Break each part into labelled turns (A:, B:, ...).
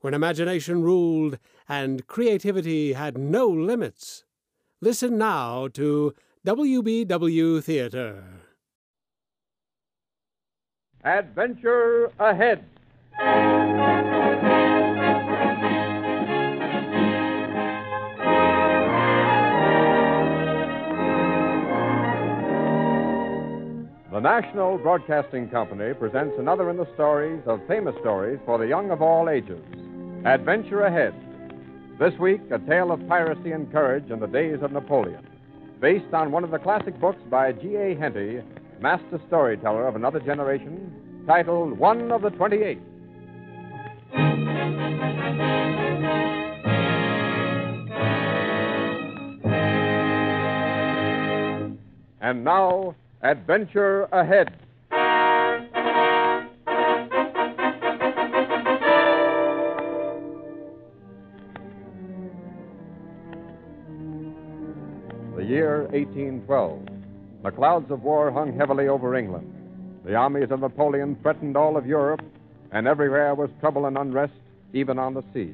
A: when imagination ruled and creativity had no limits. Listen now to WBW Theater.
B: Adventure ahead. The National Broadcasting Company presents another in the stories of famous stories for the young of all ages Adventure Ahead. This week, a tale of piracy and courage in the days of Napoleon, based on one of the classic books by G.A. Henty, master storyteller of another generation, titled One of the Twenty Eight. And now, Adventure Ahead. The year 1812. The clouds of war hung heavily over England. The armies of Napoleon threatened all of Europe, and everywhere was trouble and unrest, even on the sea.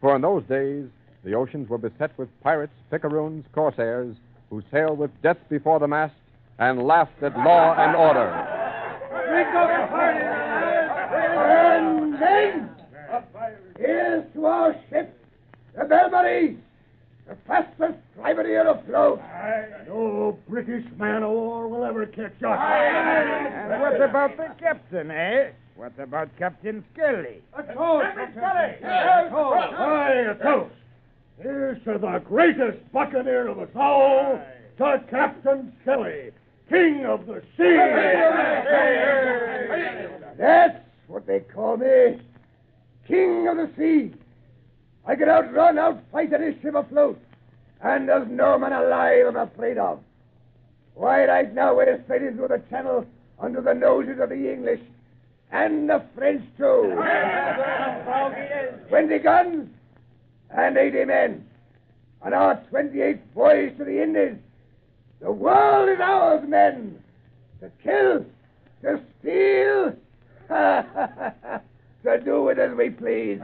B: For in those days, the oceans were beset with pirates, picaroons, corsairs, who sailed with death before the mast and laughed at law and order.
C: And then, here's to our ship, the Belmarie, the fastest privateer afloat.
D: No British man o' war will ever catch us.
E: And what about the captain, eh? What about Captain Skelly?
D: Aye, a toast. Here's to the greatest buccaneer of us all, to Captain Skelly, king of the sea.
C: That's what they call me, king of the sea. I can outrun, outfight any ship afloat, and there's no man alive I'm afraid of. Why, right now we're straight into the channel under the noses of the English and the French too. Twenty guns and eighty men, and our twenty-eight boys to the Indies. The world is ours, men. To kill, to steal, to do with as we please.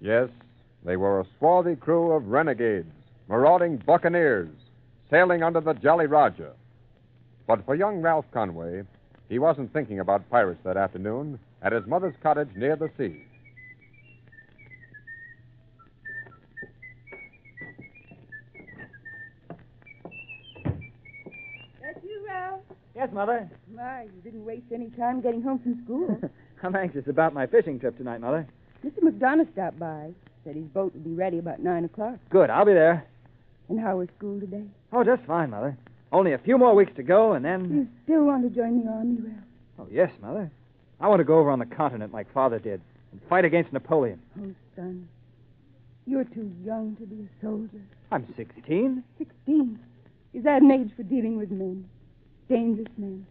B: Yes, they were a swarthy crew of renegades, marauding buccaneers, sailing under the Jolly Roger. But for young Ralph Conway, he wasn't thinking about pirates that afternoon at his mother's cottage near the sea.
F: That you, Ralph?
E: Yes, Mother.
F: My, you didn't waste any time getting home from school.
E: I'm anxious about my fishing trip tonight, Mother.
F: Mr. McDonough stopped by. Said his boat would be ready about nine o'clock.
E: Good, I'll be there.
F: And how was school today?
E: Oh, just fine, Mother. Only a few more weeks to go, and then.
F: You still want to join the army, Ralph?
E: Oh, yes, Mother. I want to go over on the continent like Father did and fight against Napoleon.
F: Oh, son, you're too young to be a soldier.
E: I'm 16.
F: Sixteen. Is that an age for dealing with men? Dangerous men.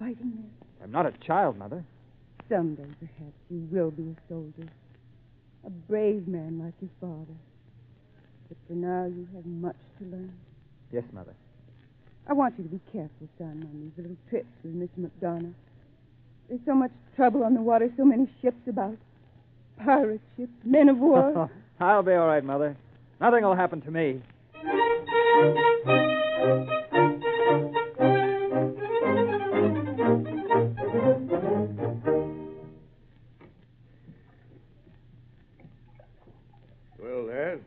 F: Fighting men.
E: I'm not a child, Mother.
F: Someday, perhaps, you will be a soldier. A brave man like your father. But for now, you have much to learn.
E: Yes, Mother.
F: I want you to be careful, son, on these little trips with Mr. McDonough. There's so much trouble on the water, so many ships about. Pirate ships, men of war.
E: I'll be all right, Mother. Nothing will happen to me.
G: Well, Dad,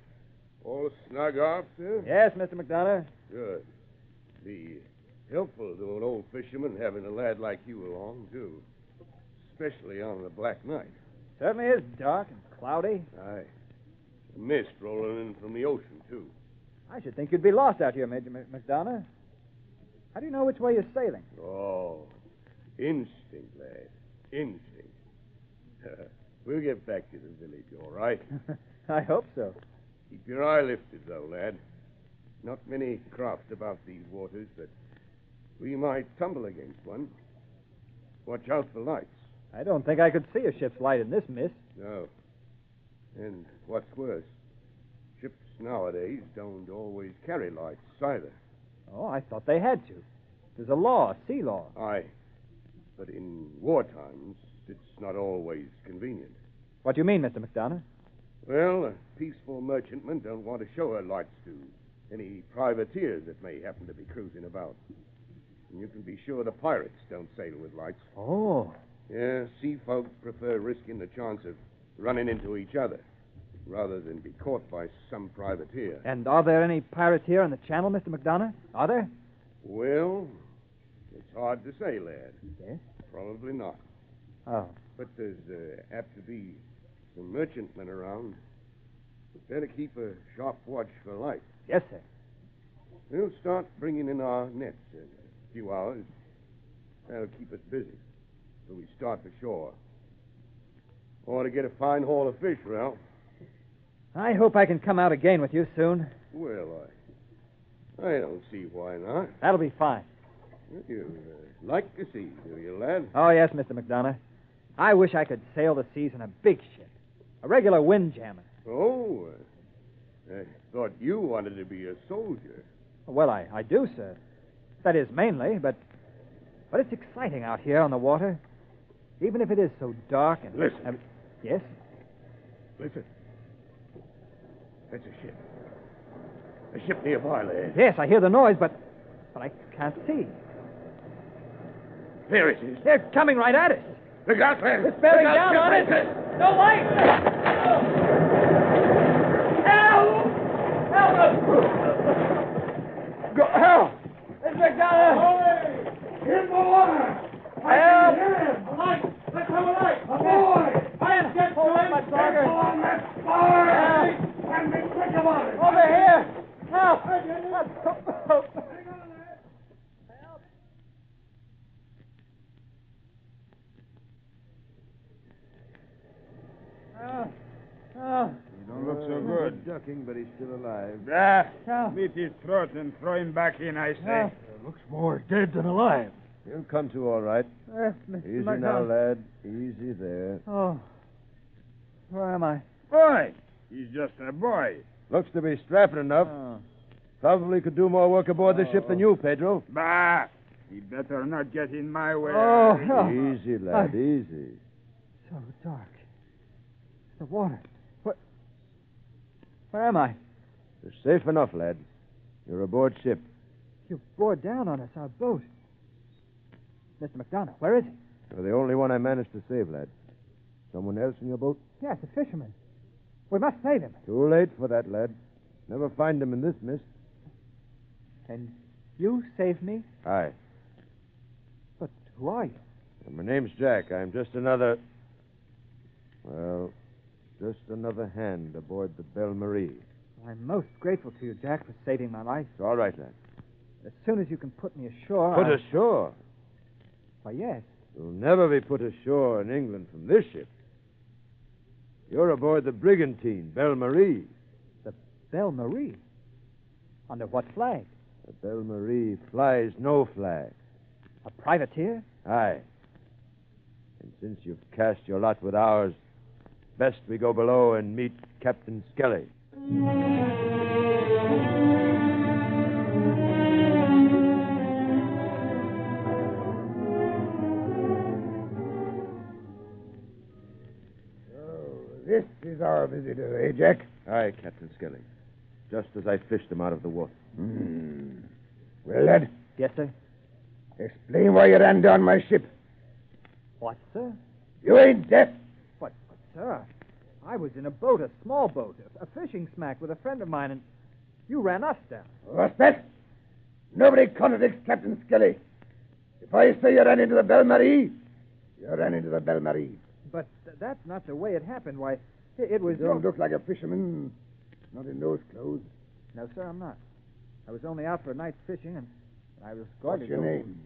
G: all snug off, sir?
E: Yes, Mr. McDonough.
G: Good. Be helpful to an old fisherman having a lad like you along, too. Especially on a black night.
E: Certainly is dark and cloudy.
G: Aye. The mist rolling in from the ocean, too.
E: I should think you'd be lost out here, Major Mc- McDonough. How do you know which way you're sailing?
G: Oh, instinct, lad. Instinct. we'll get back to the village, all right.
E: I hope so.
G: Keep your eye lifted, though, lad. Not many craft about these waters, but we might tumble against one. Watch out for lights.
E: I don't think I could see a ship's light in this mist.
G: No. And what's worse, ships nowadays don't always carry lights either.
E: Oh, I thought they had to. There's a law, a sea law.
G: Aye. But in war times, it's not always convenient.
E: What do you mean, Mr. McDonough?
G: Well, a peaceful merchantman don't want to show her lights to any privateers that may happen to be cruising about. And you can be sure the pirates don't sail with lights.
E: Oh.
G: Yeah, sea folk prefer risking the chance of running into each other rather than be caught by some privateer.
E: And are there any pirates here in the channel, Mr. McDonough? Are there?
G: Well, it's hard to say, lad.
E: Yes?
G: Probably not.
E: Oh.
G: But there's uh, apt to be some merchantmen around. Better keep a sharp watch for light.
E: Yes, sir.
G: We'll start bringing in our nets in a few hours. That'll keep us busy till we start for shore. Ought to get a fine haul of fish, Ralph.
E: I hope I can come out again with you soon.
G: Well, I, I don't see why not.
E: That'll be fine.
G: You uh, like to see, do you, lad?
E: Oh, yes, Mr. McDonough. I wish I could sail the seas in a big ship, a regular windjammer.
G: Oh, uh, I thought you wanted to be a soldier.
E: Well, I, I do, sir. That is mainly, but but it's exciting out here on the water, even if it is so dark and.
G: Listen.
E: Um, yes.
G: Listen. That's a ship. A ship nearby, lad.
E: Yes, I hear the noise, but but I can't see.
G: There it is.
E: They're coming right at us.
G: Look out, lad.
E: It's bearing
G: Look out,
E: down on
G: ship
E: us.
G: breakers.
E: No light.
G: Go, help!
D: In the water! I can hear him! A light! Let's have a light! Aboard! Let's get to him! Let's go on that spar! And be quick about it!
E: Over here. Help! Oh, oh.
G: Don't look so good. ducking, but Uh, he's still alive.
E: Ah,
H: Meet his throat and throw him back in, I say.
D: Looks more dead than alive.
G: He'll come to all right.
E: Mr. McDonough.
G: lad. Easy there.
E: Uh, Oh, where am I?
H: Boy! He's just a boy.
G: Looks to be strapping enough.
E: Oh.
G: Probably could do more work aboard the ship than you, Pedro.
H: Bah! He better not get in my way.
E: Oh, no.
G: Easy,
E: lad,
G: easy.
E: So dark. The water. What? Where am I?
G: You're safe enough, lad. You're aboard ship.
E: You bore down on us, our boat. Mr. McDonough, where is he?
G: You're the only one I managed to save, lad. Someone else in your boat?
E: Yes, a fisherman. We must save him.
G: Too late for that, lad. Never find him in this mist.
E: And you saved me?
G: Aye.
E: But who are you?
G: And my name's Jack. I'm just another. Well, just another hand aboard the Belle Marie.
E: I'm most grateful to you, Jack, for saving my life.
G: It's all right, lad.
E: As soon as you can put me ashore.
G: Put
E: I-
G: ashore.
E: Why, yes.
G: You'll never be put ashore in England from this ship. You're aboard the brigantine Belle Marie.
E: Belle Marie. Under what flag?
G: The Belle Marie flies no flag.
E: A privateer?
G: Aye. And since you've cast your lot with ours, best we go below and meet Captain Skelly.
C: So, this is our visitor, eh, Jack?
G: Aye, Captain Skelly. Just as I fished him out of the water.
C: Hmm. Well, lad,
E: Yes, sir.
C: explain why you ran down my ship.
E: What, sir?
C: You ain't deaf.
E: What, but, sir? I was in a boat, a small boat, a, a fishing smack with a friend of mine, and you ran us down.
C: What's that? Nobody contradicts Captain Skelly. If I say you ran into the Belle Marie, you ran into the Belle Marie.
E: But th- that's not the way it happened. Why, i- it, it was.
C: You don't look like a fisherman. Not in those clothes.
E: No, sir, I'm not. I was only out for a night's fishing, and and I was going
C: What's
E: to
C: your
E: go-
C: name?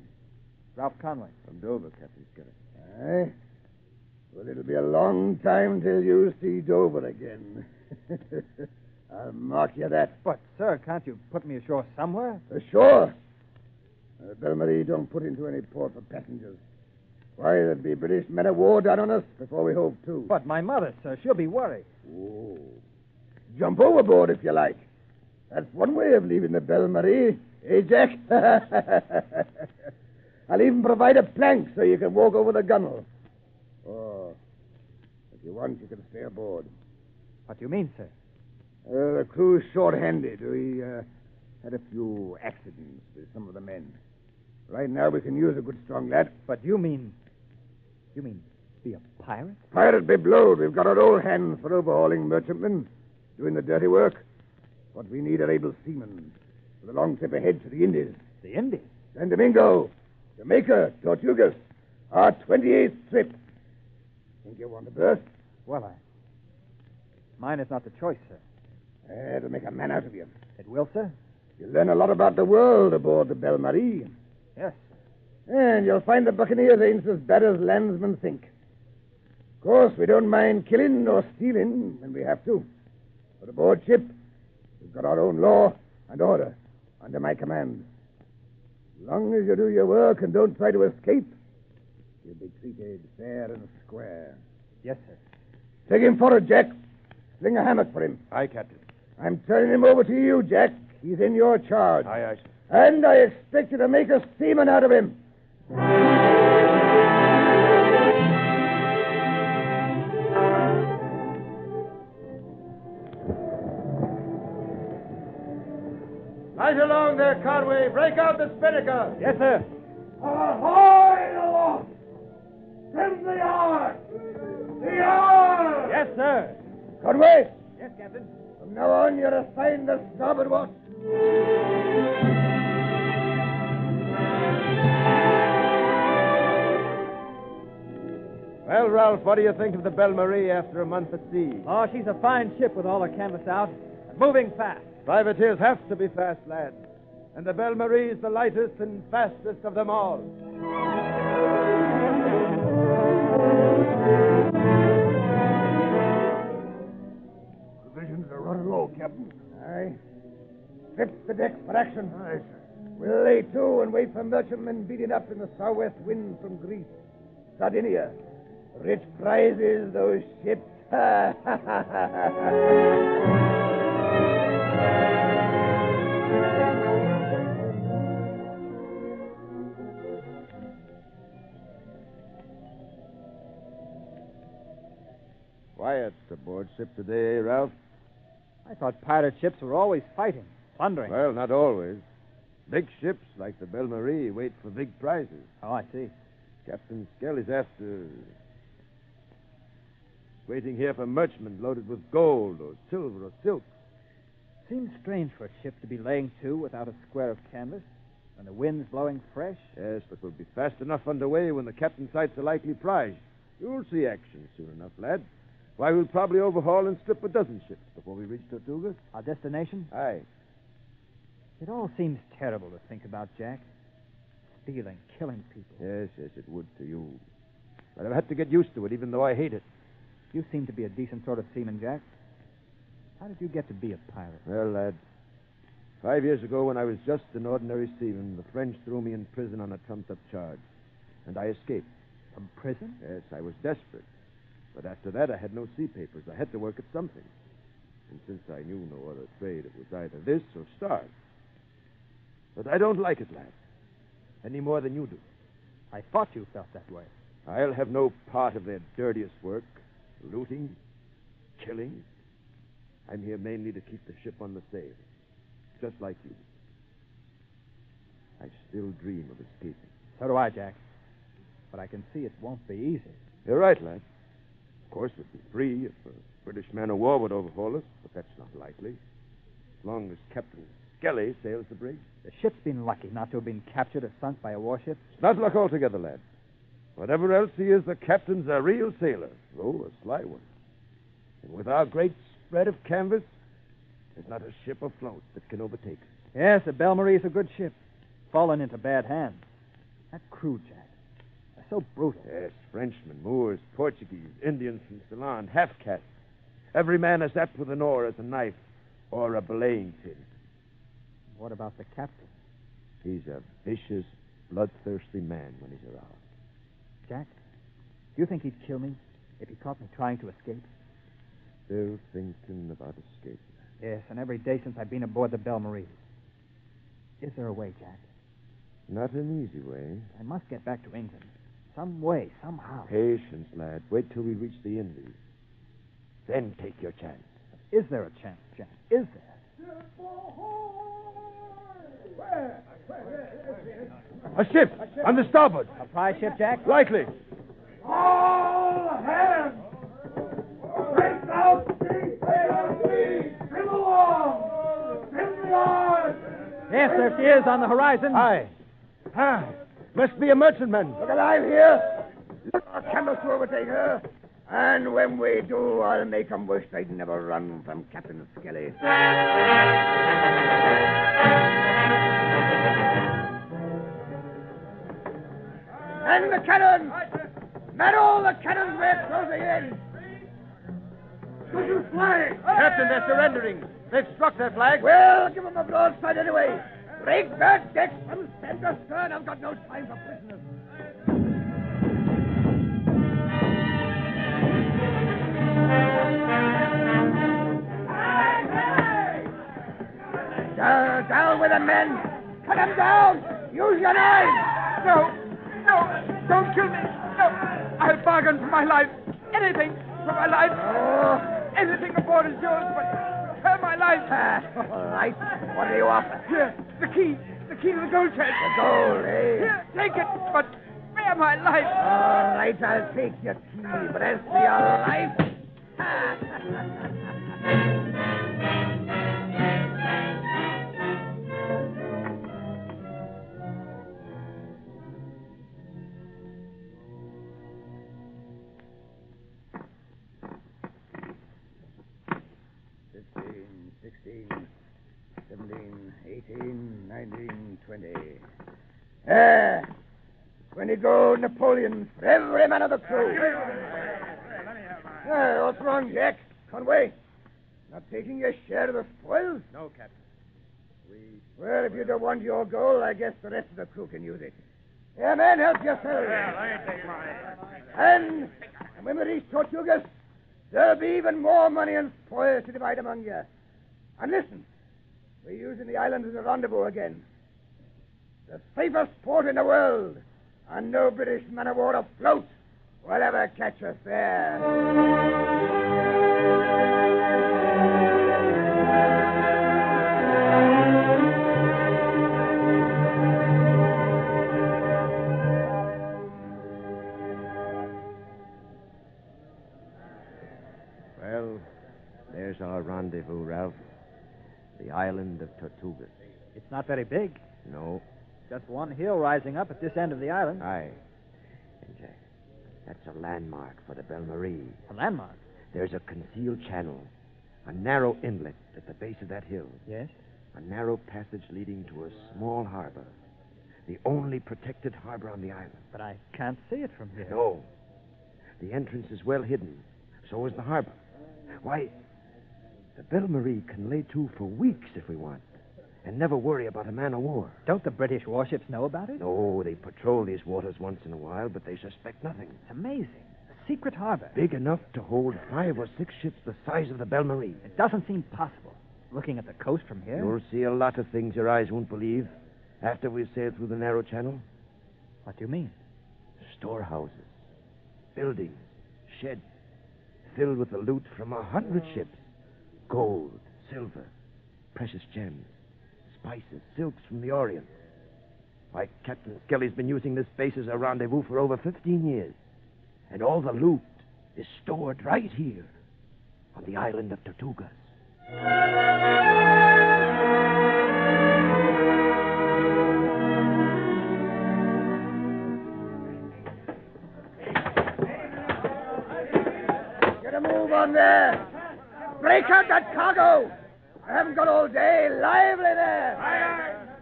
E: Ralph Conway.
G: From Dover, Captain Skelly.
C: Eh? But it'll be a long time till you see Dover again. I'll mark you that.
E: But, sir, can't you put me ashore somewhere?
C: For sure. Uh, Belle Marie don't put into any port for passengers. Why, there'd be British men of war down on us before we hove to.
E: But my mother, sir, she'll be worried.
C: Oh. Jump overboard if you like. That's one way of leaving the Belle Marie. Eh, Jack? I'll even provide a plank so you can walk over the gunwale. Oh. If you want, you can stay aboard.
E: What do you mean, sir?
C: Uh, the crew's short-handed. We uh, had a few accidents with some of the men. Right now, we can use a good strong lad.
E: But you mean. You mean be a pirate?
C: Pirate be blowed. We've got our old hands for overhauling merchantmen, doing the dirty work. What we need are able seamen for the long trip ahead to the Indies.
E: The Indies?
C: San Domingo, Jamaica, Tortugas, our 28th trip. Think you want a berth?
E: Well, I. Mine is not the choice, sir.
C: Eh, It'll make a man out of you.
E: It will, sir?
C: You'll learn a lot about the world aboard the Belle Marie.
E: Yes.
C: And you'll find the buccaneers ain't as bad as landsmen think. Of course, we don't mind killing or stealing when we have to. But aboard ship, we've got our own law and order under my command. As long as you do your work and don't try to escape, you'll be treated fair and square.
E: Yes, sir.
C: Take him forward, Jack. Sling a hammock for him.
I: Aye, Captain.
C: I'm turning him over to you, Jack. He's in your charge.
I: aye.
C: And I expect you to make a seaman out of him. Right along there, Conway. Break out the spinnaker.
E: Yes, sir.
D: Ahoy aloft! Trim the yard! The yard!
E: Yes, sir.
C: Conway,
E: Yes, Captain.
C: from now on, you're assigned the starboard watch.
I: Well, Ralph, what do you think of the Belle Marie after a month at sea?
E: Oh, she's a fine ship with all her canvas out. Moving fast.
I: Privateers have to be fast, lad. And the Belle Marie is the lightest and fastest of them all.
C: Provisions are running low, Captain. Aye. Strip the decks for action. Aye, sir. We'll lay to and wait for merchantmen beating up in the southwest wind from Greece, Sardinia. Rich prizes, those ships.
I: Quiet aboard ship today, eh, Ralph?
E: I thought pirate ships were always fighting, plundering.
I: Well, not always. Big ships like the Belle Marie wait for big prizes.
E: Oh, I see.
I: Captain Skelly's after. Waiting here for merchantmen loaded with gold or silver or silk.
E: Seems strange for a ship to be laying to without a square of canvas, and the wind's blowing fresh.
I: Yes, but we'll be fast enough underway when the captain sights a likely prize. You'll see action soon enough, lad. Why, we'll probably overhaul and strip a dozen ships before we reach Tortuga.
E: Our destination?
I: Aye.
E: It all seems terrible to think about, Jack. Stealing, killing people.
I: Yes, yes, it would to you. But I've had to get used to it, even though I hate it.
E: You seem to be a decent sort of seaman, Jack. How did you get to be a pirate?
I: Well, lad, five years ago, when I was just an ordinary seaman, the French threw me in prison on a trumped up charge. And I escaped.
E: From prison?
I: Yes, I was desperate. But after that, I had no sea papers. I had to work at something. And since I knew no other trade, it was either this or starve. But I don't like it, lad, any more than you do.
E: I thought you felt that way.
I: I'll have no part of their dirtiest work looting, killing. I'm here mainly to keep the ship on the sail, just like you. I still dream of escaping.
E: So do I, Jack. But I can see it won't be easy.
I: You're right, lad. Of course, we'd be free if a British man of war would overhaul us, but that's not likely. As long as Captain Skelly sails the brig.
E: The ship's been lucky not to have been captured or sunk by a warship.
I: It's not luck altogether, lad. Whatever else he is, the captain's a real sailor, though a sly one. And with our great spread of canvas, there's not a ship afloat that can overtake us.
E: Yes, the Belle Marie's a good ship. Fallen into bad hands. That crew, Jack. A so brutal.
I: Yes, Frenchmen, Moors, Portuguese, Indians from Ceylon, half castes. Every man is apt with an oar as a knife or a belaying pin.
E: What about the captain?
I: He's a vicious, bloodthirsty man when he's aroused.
E: Jack, do you think he'd kill me if he caught me trying to escape?
I: Still thinking about escape.
E: Yes, and every day since I've been aboard the Belle Marie. Is there a way, Jack?
I: Not an easy way.
E: I must get back to England. Some way, somehow.
I: Patience, lad. Wait till we reach the Indies. Then take your chance.
E: Is there a chance, Jack? Is there?
I: A ship on the starboard.
E: A prize ship, Jack?
I: Likely.
D: All hands! Break out, big sailor, please! Trim along! Trim the oars!
E: Yes, there she is on the horizon.
I: Aye. Ah, must be a merchantman.
C: Look alive here. Look our canvas to overtake her. And when we do, I'll make 'em wish they'd never run from Captain Skelly. And the cannon! Man all the cannons, we're closing in! Shoot your flag!
I: Captain, they're surrendering. They've struck their flag.
C: Well, give 'em a broadside anyway. Break that deck from stem to stern. I've got no time for prisoners. Down, down with the men! Cut 'em down! Use your knives!
D: No, no, don't kill me. No, I bargain for my life. Anything for my life.
C: Oh,
D: Anything aboard is yours, but for my life.
C: Right, what do you offer?
D: Here, the key, the key to the gold chest.
C: The gold, eh?
D: Here, take it, but spare my life.
C: All right, I'll take your key, but as for your life...
G: Fifteen, sixteen, seventeen, eighteen, nineteen, twenty. Ah.
C: There. Twenty gold Napoleons for every man of the crew. Hey, what's wrong, Jack? Conway? Not taking your share of the spoils?
G: No, Captain. We
C: Well, if you don't want your gold, I guess the rest of the crew can use it. Yeah, men, help yourselves. And, and when we reach Tortugas, there'll be even more money and spoils to divide among you. And listen, we're using the island as a rendezvous again. The safest port in the world, and no British man of war afloat will ever catch us there.
I: Well, there's our rendezvous, Ralph. The island of Tortugas.
E: It's not very big.
I: No,
E: Just one hill rising up at this end of the island.
I: aye. And Jack, that's a landmark for the Belle Marie.
E: A landmark.
I: There's a concealed channel, a narrow inlet at the base of that hill,
E: Yes?
I: a narrow passage leading to a small harbor, the only protected harbor on the island.
E: But I can't see it from here.
I: No. The entrance is well hidden. So is the harbor. Why, the Belle Marie can lay to for weeks if we want, and never worry about a man of war.
E: Don't the British warships know about it?
I: No, they patrol these waters once in a while, but they suspect nothing.
E: It's amazing. A secret harbor.
I: Big enough to hold five or six ships the size of the Belle Marie.
E: It doesn't seem possible. Looking at the coast from here.
I: You'll see a lot of things your eyes won't believe after we sail through the narrow channel.
E: What do you mean?
I: Storehouses, buildings, sheds filled with the loot from a hundred ships gold, silver, precious gems, spices, silks from the Orient. Why, Captain Skelly's been using this space as a rendezvous for over 15 years. And all the loot is stored right here on the island of Tortugas.
C: Get a move on there. Break out that cargo. I haven't got all day. Lively there.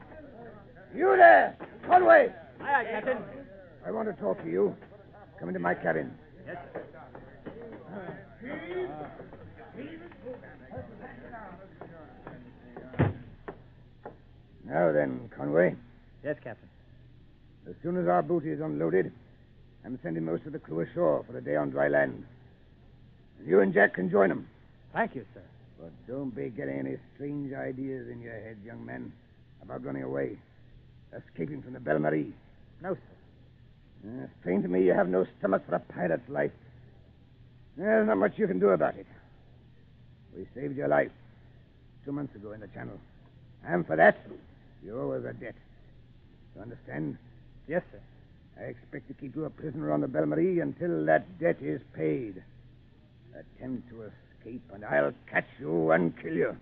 C: You there, Conway. Aye, aye, Captain. I want to talk to you. Come into my cabin.
E: Yes, sir.
C: Now then, Conway,
E: Yes, Captain.
C: as soon as our booty is unloaded, I'm sending most of the crew ashore for a day on dry land. You and Jack can join 'em.
E: Thank you, sir.
C: But don't be getting any strange ideas in your head, young man, about running away, escaping from the Belle Marie.
E: No, sir.
C: Uh, it's plain to me you have no stomach for a pirate's life. There's not much you can do about it. We saved your life two months ago in the channel. And for that, you owe us a debt. You understand?
E: Yes, sir.
C: I expect to keep you a prisoner on the Belle Marie until that debt is paid. Attempt to escape, and I'll catch you and kill you.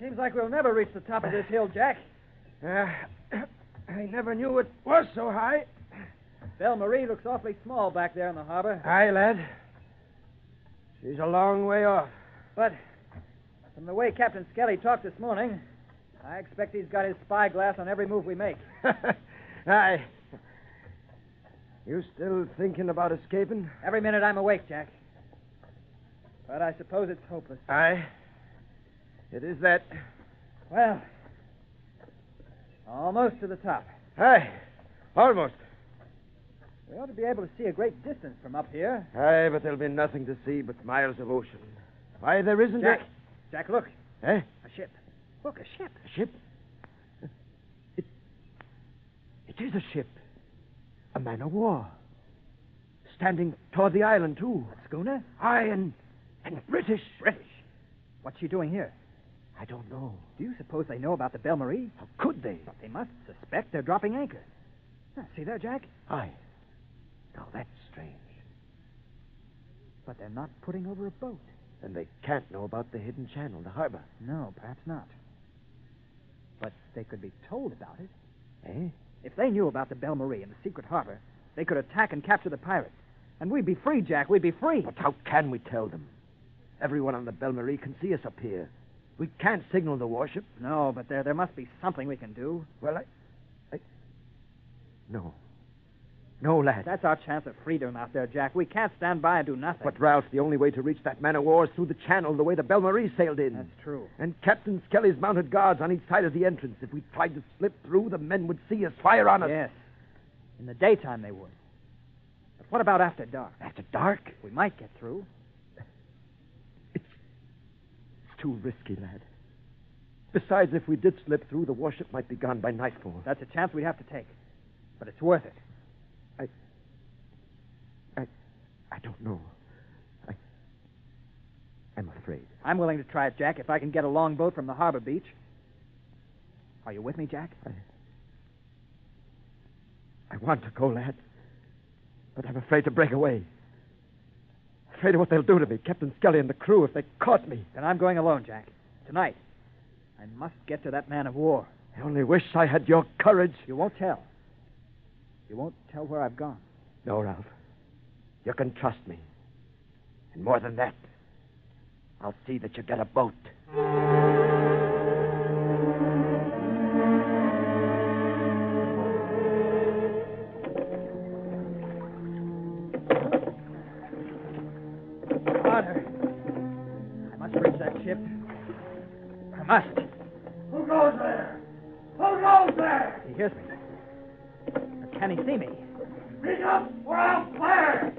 E: Seems like we'll never reach the top of this hill, Jack.
H: Ah,
I: I never knew it was so high.
E: Belle Marie looks awfully small back there in the harbor.
I: Aye, lad. She's a long way off.
E: But from the way Captain Skelly talked this morning, I expect he's got his spy glass on every move we make.
I: Aye. You still thinking about escaping?
E: Every minute I'm awake, Jack. But I suppose it's hopeless.
I: Aye. It is that.
E: Well, almost to the top.
I: Aye. Almost.
E: We ought to be able to see a great distance from up here.
I: Aye, but there'll be nothing to see but miles of ocean. Why, there isn't
E: Jack, Jack, look.
I: a... Eh?
E: A ship. Look, a ship.
I: A ship? It, it is a ship. A man of war. Standing toward the island, too.
E: A schooner?
I: Aye, and, and British.
E: British. What's she doing here?
I: I don't know.
E: Do you suppose they know about the Belle Marie?
I: How could they?
E: But they must suspect they're dropping anchor. Huh, see there, Jack?
I: Aye. Now that's strange.
E: But they're not putting over a boat.
I: Then they can't know about the hidden channel, the harbor.
E: No, perhaps not. But they could be told about it.
I: Eh?
E: If they knew about the Belle Marie and the secret harbor, they could attack and capture the pirates. And we'd be free, Jack. We'd be free.
I: But how can we tell them? Everyone on the Belle Marie can see us up here. We can't signal the warship.
E: No, but there, there must be something we can do.
I: Well, I. I. No. No, lad.
E: That's our chance of freedom out there, Jack. We can't stand by and do nothing.
I: But, Ralph, the only way to reach that man of war is through the channel, the way the Belle Marie sailed in.
E: That's true.
I: And Captain Skelly's mounted guards on each side of the entrance. If we tried to slip through, the men would see us fire on us.
E: Yes. In the daytime they would. But what about after dark?
I: After dark?
E: We might get through.
I: It's, it's too risky, lad. Besides, if we did slip through, the warship might be gone by nightfall.
E: That's a chance we'd have to take. But it's worth it.
I: I don't know. I. I'm afraid.
E: I'm willing to try it, Jack, if I can get a longboat from the harbor beach. Are you with me, Jack?
I: I want to go, lad. But I'm afraid to break away. Afraid of what they'll do to me, Captain Skelly and the crew, if they caught me.
E: Then I'm going alone, Jack. Tonight. I must get to that man of war.
I: I only wish I had your courage.
E: You won't tell. You won't tell where I've gone.
I: No, Ralph. You can trust me. And more than that, I'll see that you get a boat.
E: Father, I must reach that ship. I must.
D: Who goes there? Who goes there?
E: He hears me. But can he see me?
D: Speak up or I'll fire!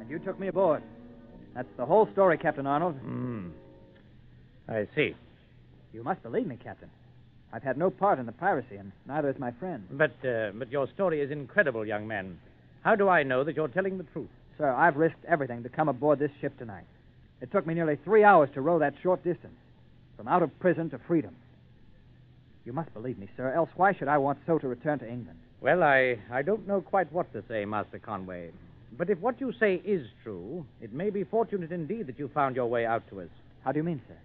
E: And you took me aboard. That's the whole story, Captain Arnold.
J: Hmm. I see.
E: You must believe me, Captain. I've had no part in the piracy, and neither has my friend.
J: But uh, but your story is incredible, young man. How do I know that you're telling the truth?
E: Sir, I've risked everything to come aboard this ship tonight. It took me nearly three hours to row that short distance, from out of prison to freedom. You must believe me, sir, else why should I want so to return to England?
J: Well, I, I don't know quite what to say, Master Conway. But if what you say is true, it may be fortunate indeed that you found your way out to us.
E: How do you mean, sir?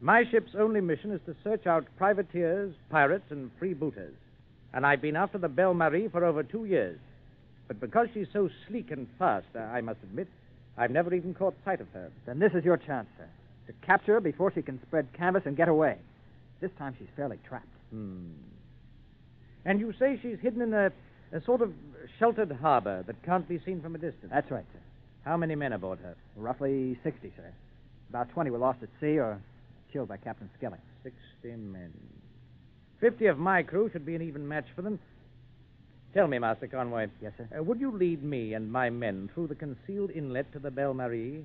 J: My ship's only mission is to search out privateers, pirates, and freebooters. And I've been after the Belle Marie for over two years. But because she's so sleek and fast, I I must admit, I've never even caught sight of her.
E: Then this is your chance, sir, to capture her before she can spread canvas and get away. This time she's fairly trapped.
J: Hmm. And you say she's hidden in a, a sort of sheltered harbor that can't be seen from a distance.
E: That's right, sir.
J: How many men aboard her?
E: Roughly 60, sir. About 20 were lost at sea or killed by Captain Skelling.
J: Sixty men. Fifty of my crew should be an even match for them. Tell me, Master Conway.
E: Yes, sir?
J: Uh, would you lead me and my men through the concealed inlet to the Belle Marie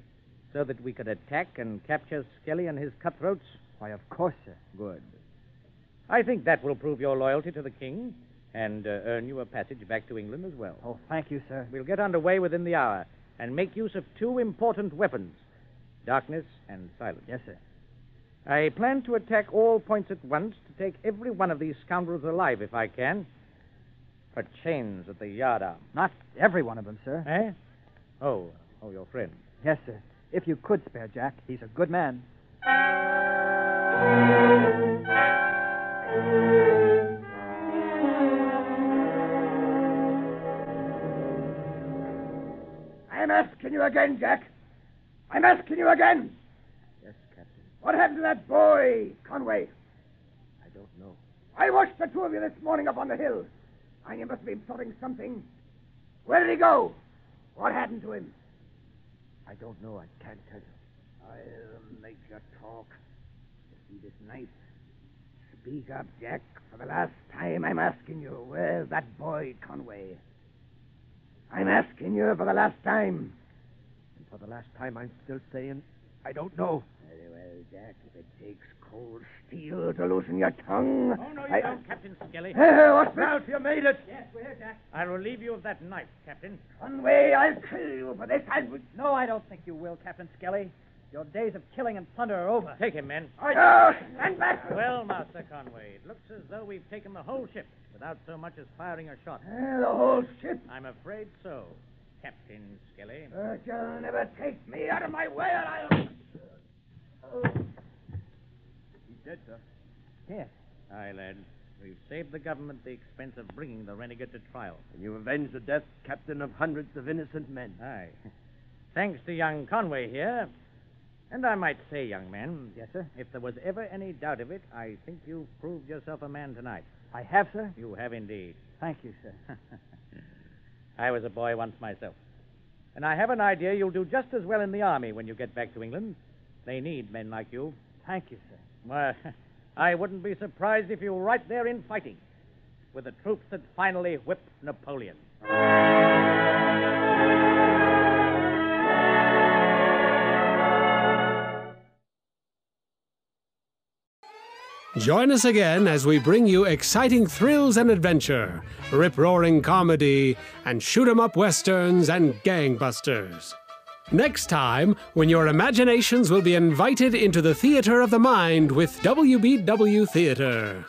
J: so that we could attack and capture Skelly and his cutthroats?
E: Why, of course, sir.
J: Good. I think that will prove your loyalty to the king and uh, earn you a passage back to England as well.
E: Oh, thank you, sir.
J: We'll get underway within the hour and make use of two important weapons darkness and silence.
E: Yes, sir.
J: I plan to attack all points at once to take every one of these scoundrels alive if I can. For chains at the yard arm.
E: Uh, Not every one of them, sir.
J: Eh? Oh, oh, your friend.
E: Yes, sir. If you could spare Jack, he's a good man.
C: I'm asking you again, Jack. I'm asking you again.
J: Yes, Captain.
C: What happened to that boy, Conway?
J: I don't know.
C: I watched the two of you this morning up on the hill. I you must have been plotting something. Where did he go? What happened to him?
I: I don't know. I can't tell you.
C: I'll make you talk. You see this knife? Speak up, Jack. For the last time, I'm asking you, where's that boy, Conway? I'm asking you for the last time.
I: And for the last time, I'm still saying I don't know.
C: Very well, Jack. If it takes cold steel to loosen your tongue.
J: Oh, no, you
C: I-
J: don't, Captain Skelly.
C: Hey, what's that?
G: Ralph, you made it.
E: Yes, we're here, Jack.
J: I'll relieve you of that knife, Captain.
C: Conway, I'll kill you for this. I would.
E: No, I don't think you will, Captain Skelly. Your days of killing and plunder are over.
J: Take him, men.
C: Oh, stand back.
J: Well, Master Conway, it looks as though we've taken the whole ship without so much as firing a shot.
C: Ah, the whole ship.
J: I'm afraid so, Captain Skelly.
C: But you'll never take me out of my way, or I'll.
H: He's dead, sir.
E: Yes.
J: Aye, lad. We've saved the government the expense of bringing the renegade to trial.
I: And you avenge the death, captain, of hundreds of innocent men.
J: Aye. Thanks to young Conway here. And I might say, young man.
E: Yes, sir?
J: If there was ever any doubt of it, I think you've proved yourself a man tonight.
E: I have, sir.
J: You have indeed.
E: Thank you, sir.
J: I was a boy once myself. And I have an idea you'll do just as well in the army when you get back to England. They need men like you.
E: Thank you, sir.
J: Well, I wouldn't be surprised if you were right there in fighting with the troops that finally whipped Napoleon.
A: Join us again as we bring you exciting thrills and adventure, rip roaring comedy, and shoot 'em up westerns and gangbusters. Next time, when your imaginations will be invited into the theater of the mind with WBW Theater.